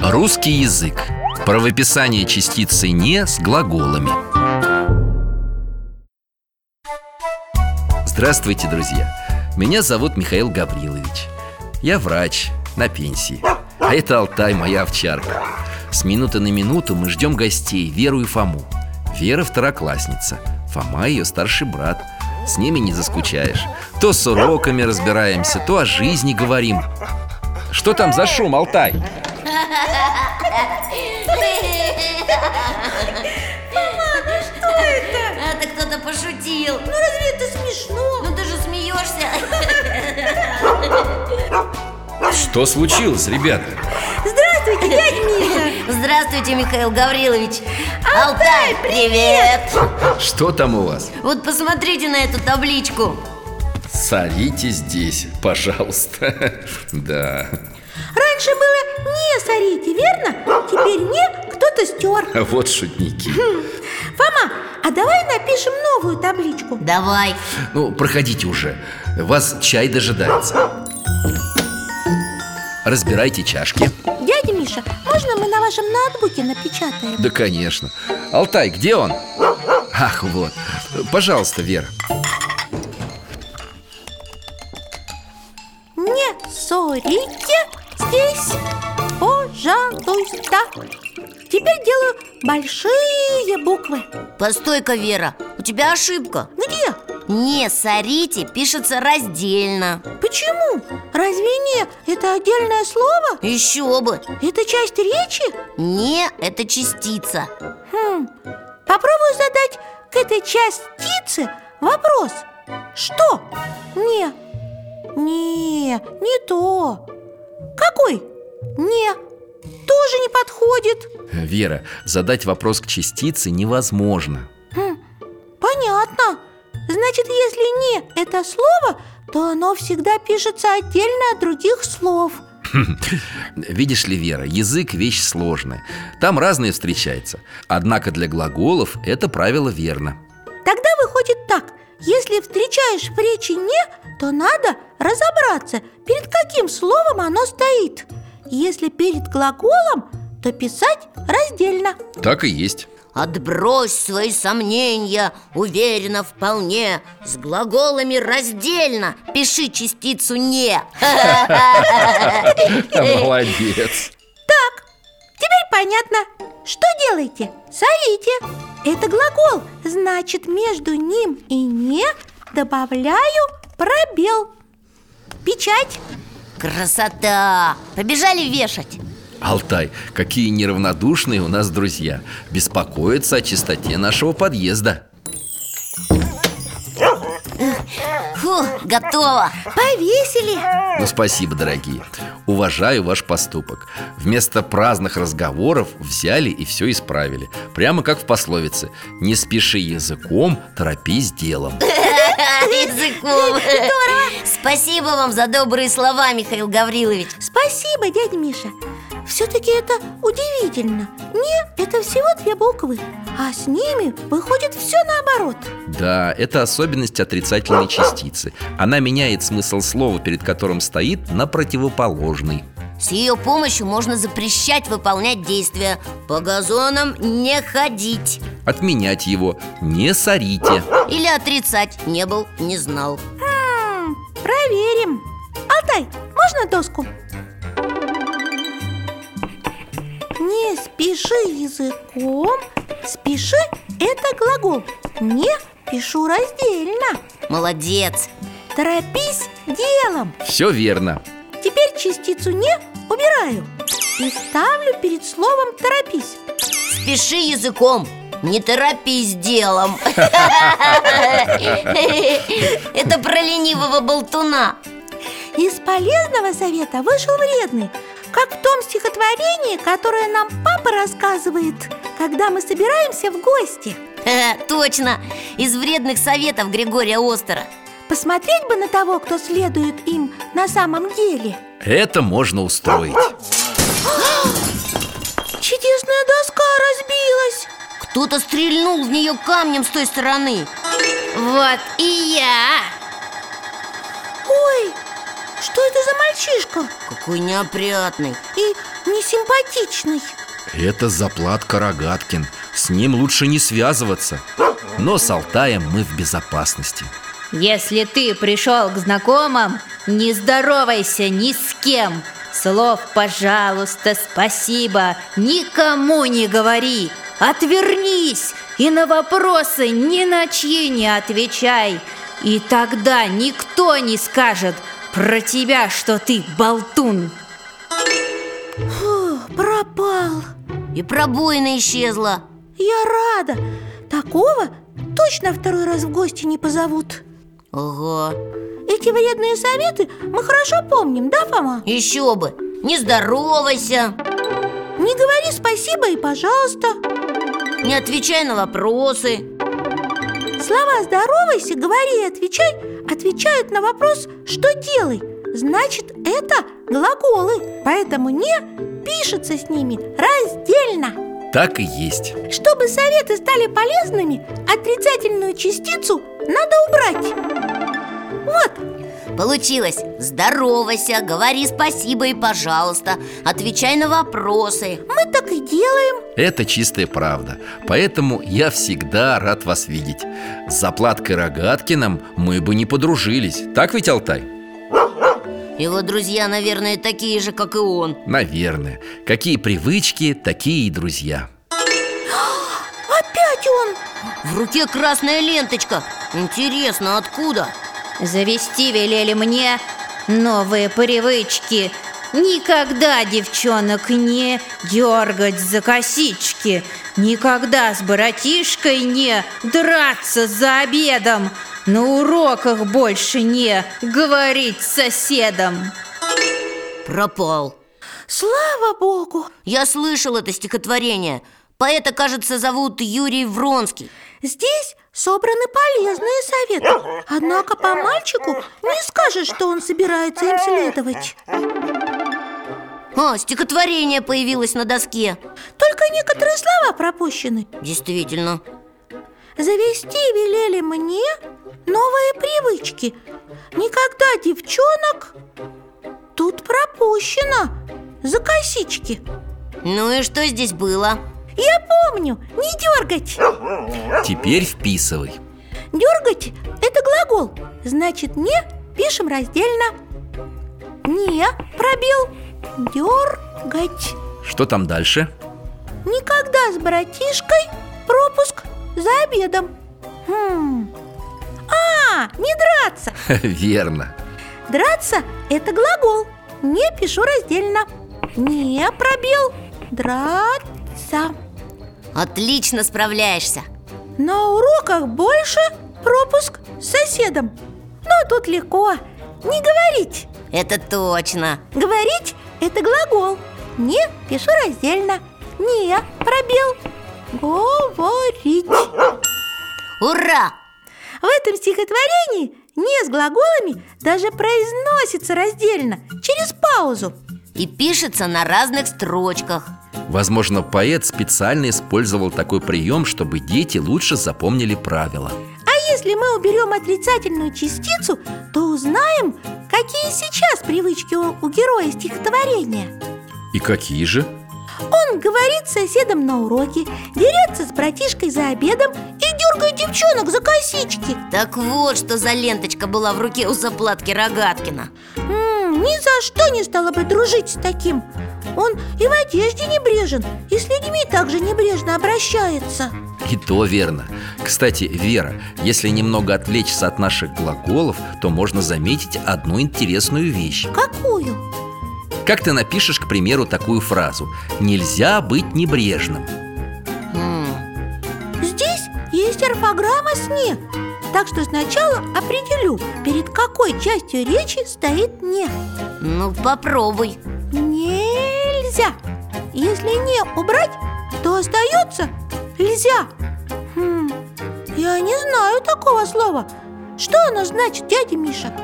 Русский язык. Правописание частицы «не» с глаголами. Здравствуйте, друзья! Меня зовут Михаил Гаврилович. Я врач на пенсии. А это Алтай, моя овчарка. С минуты на минуту мы ждем гостей Веру и Фому. Вера второклассница, Фома ее старший брат. С ними не заскучаешь. То с уроками разбираемся, то о жизни говорим. Что там за шум, Алтай? Что это? Это кто-то пошутил Ну разве это смешно? Ну ты же смеешься Что случилось, ребята? Здравствуйте, дядя Миша! Здравствуйте, Михаил Гаврилович Алтай, привет Что там у вас? Вот посмотрите на эту табличку Сорите здесь, пожалуйста. Да, Раньше было «не сорите», верно? Теперь «не» кто-то стер вот шутники. Фома, а давай напишем новую табличку Давай Ну, проходите уже. Вас чай дожидается. Разбирайте чашки. Дядя Миша, можно мы на вашем ноутбуке напечатаем? Да, конечно. Алтай, где он? Ах, вот. Пожалуйста, Вера. Не ссорите здесь, пожалуйста Теперь делаю большие буквы Постой-ка, Вера, у тебя ошибка Где? Не сорите пишется раздельно Почему? Разве «не» — это отдельное слово? Еще бы Это часть речи? Не – это частица Хм, Попробую задать к этой частице вопрос Что? Не Не, не то Какой? Не Тоже не подходит Вера, задать вопрос к частице невозможно. Хм, Понятно Значит, если «не» — это слово, то оно всегда пишется отдельно от других слов Видишь ли, Вера, язык – вещь сложная. Там разные встречаются. Однако для глаголов это правило верно. Тогда выходит так Если встречаешь в речи «не», то надо разобраться, перед каким словом оно стоит Если перед глаголом, то писать раздельно Так и есть. Отбрось свои сомнения, уверенно вполне С глаголами раздельно пиши частицу «не» Молодец. Так, теперь понятно Что делаете? Сорите Это глагол, значит между ним и «не» добавляю пробел Печать Красота! Побежали вешать Алтай, какие неравнодушные у нас друзья Беспокоятся о чистоте нашего подъезда Фу, готово! Повесили Ну, спасибо, дорогие Уважаю ваш поступок Вместо праздных разговоров взяли и все исправили Прямо как в пословице Не спеши языком, торопись делом Языком! Здорово! Спасибо вам за добрые слова, Михаил Гаврилович Спасибо, дядя Миша Все-таки это удивительно «Не» — это всего две буквы А с ними выходит все наоборот Да, это особенность отрицательной частицы Она меняет смысл слова, перед которым стоит, на противоположный С ее помощью можно запрещать выполнять действия По газонам не ходить Отменять его Не сорите Или отрицать «не был, не знал» М, Проверим Алтай, можно доску? Не спеши языком Спеши – это глагол Не пишу раздельно Молодец! Торопись делом Все верно Теперь частицу «не» убираю И ставлю перед словом «торопись» Спеши языком, не торопись делом Это про ленивого болтуна Из полезного совета вышел вредный Как в том стихотворении, которое нам папа рассказывает Когда мы собираемся в гости Ха, Точно, из вредных советов Григория Остера Посмотреть бы на того, кто следует им на самом деле Это можно устроить Чудесная доска разбилась Кто-то стрельнул в нее камнем с той стороны Вот и я Ой, что это за мальчишка? Какой неопрятный И несимпатичный Это заплатка Рогаткин С ним лучше не связываться Но с Алтаем мы в безопасности Если ты пришел к знакомым, не здоровайся ни с кем. Слов «пожалуйста», «спасибо» никому не говори. Отвернись и на вопросы ни на чьи не отвечай. И тогда никто не скажет про тебя, что ты болтун. Фу, пропал И пробоина исчезла Я рада Такого точно второй раз в гости не позовут Ага, Эти вредные советы мы хорошо помним, да, Фома? еще бы Не здоровайся, Не говори спасибо и пожалуйста не отвечай на вопросы Слова «здоровайся», «говори» и «отвечай» отвечают на вопрос «что делай?» Значит, это глаголы Поэтому «не» пишется с ними раздельно Так и есть Чтобы советы стали полезными, отрицательную частицу надо убрать Вот, Получилось Здоровайся, говори спасибо и пожалуйста Отвечай на вопросы мы так и делаем Это чистая правда Поэтому я всегда рад вас видеть С заплаткой Рогаткиным мы бы не подружились Так ведь, Алтай? Его друзья, наверное, такие же, как и он Наверное Какие привычки, такие и друзья Опять он В руке красная ленточка Интересно, откуда? Завести велели мне новые привычки Никогда девчонок не дергать за косички Никогда с братишкой не драться за обедом На уроках больше не говорить с соседом Пропал Слава богу! Я слышал это стихотворение Поэта, кажется, зовут Юрий Вронский Здесь собраны полезные советы Однако по мальчику не скажешь, что он собирается им следовать А, стихотворение появилось на доске Только некоторые слова пропущены Действительно Завести велели мне новые привычки Никогда девчонок Тут пропущено За косички Ну и что здесь было? Я помню, не дергать Теперь вписывай Дергать – это глагол Значит, не пишем раздельно Не, пробел Дергать Что там дальше? Никогда с братишкой пропуск за обедом Хм. А, не драться Верно Драться – это глагол Не пишу раздельно Не пробел Драться Отлично справляешься На уроках больше пропуск с соседом Но тут легко Не говорить Это точно Говорить – это глагол Не пишу раздельно Не пробел Говорить Ура! В этом стихотворении «не» с глаголами даже произносится раздельно, через паузу И пишется на разных строчках Возможно, поэт специально использовал такой прием, чтобы дети лучше запомнили правила А если мы уберем отрицательную частицу, то узнаем, какие сейчас привычки у, у героя стихотворения И какие же? Он говорит с соседом на уроке, дерется с братишкой за обедом и дергает девчонок за косички Так вот, что за ленточка была в руке у заплатки Рогаткина М, Ни за что не стала бы дружить с таким Он и в одежде небрежен, и с людьми также небрежно обращается И то верно Кстати, Вера, если немного отвлечься от наших глаголов, то можно заметить одну интересную вещь Какую? Как ты напишешь, к примеру, такую фразу «Нельзя быть небрежным» М, Здесь есть орфограмма «сне». Так что сначала определю, перед какой частью речи стоит «не». Ну, попробуй Нельзя. Если не убрать, то остается нельзя. Хм, я не знаю такого слова. Что оно значит, дядя Миша?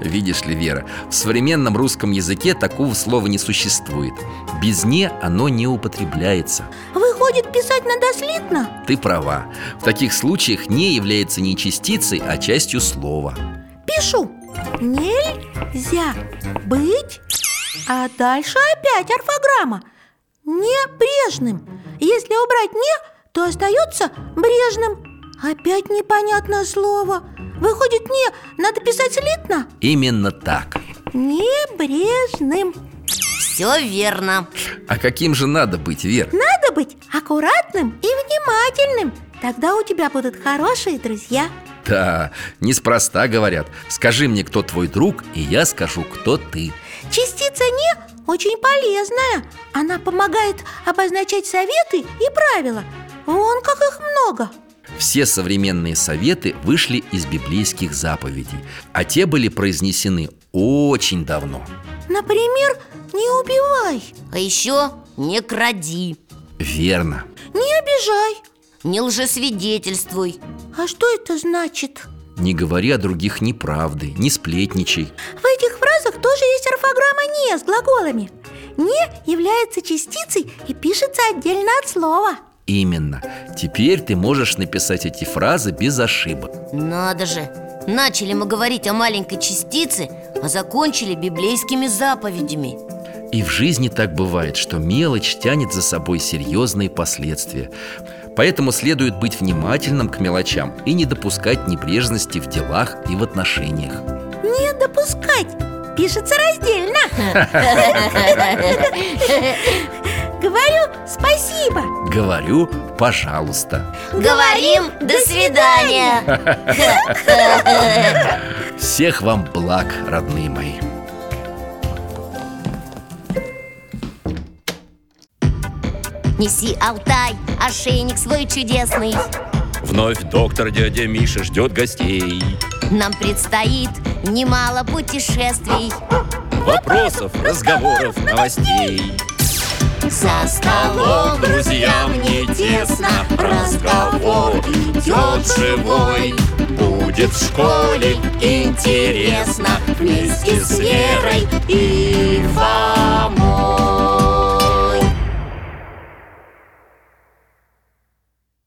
Видишь ли, Вера, в современном русском языке такого слова не существует Без «не» оно не употребляется Выходит, писать надо слитно? Ты права, в таких случаях «не» является не частицей, а частью слова Пишу. Нельзя быть. А дальше опять орфограмма. Небрежным. Если убрать не, то остается брежным. Опять непонятное слово. Выходит, не надо писать слитно? Именно так Небрежным Все верно А каким же надо быть, Вера? Надо быть аккуратным и внимательным Тогда у тебя будут хорошие друзья Да, неспроста говорят Скажи мне, кто твой друг, и я скажу, кто ты Частица «не» очень полезная Она помогает обозначать советы и правила Вон как их много Все современные советы вышли из библейских заповедей А те были произнесены очень давно Например, не убивай, А еще не кради Верно не обижай Не лжесвидетельствуй А что это значит? Не говори о других неправды, не сплетничай В этих фразах тоже есть орфограмма «не» с глаголами «Не» является частицей и пишется отдельно от слова Именно Теперь ты можешь написать эти фразы без ошибок Надо же Начали мы говорить о маленькой частице А закончили библейскими заповедями И в жизни так бывает, что мелочь тянет за собой серьезные последствия Поэтому следует быть внимательным к мелочам и не допускать небрежности в делах и в отношениях Не допускать Пишется раздельно Говорю спасибо Говорю, пожалуйста Говорим «до свидания» Всех вам благ, родные мои Неси, Алтай, ошейник свой чудесный Вновь доктор дядя Миша ждет гостей Нам предстоит немало путешествий Вопросов, разговоров, новостей За Столом друзьям не тесно Разговор идет живой Будет в школе интересно Вместе с Верой и вам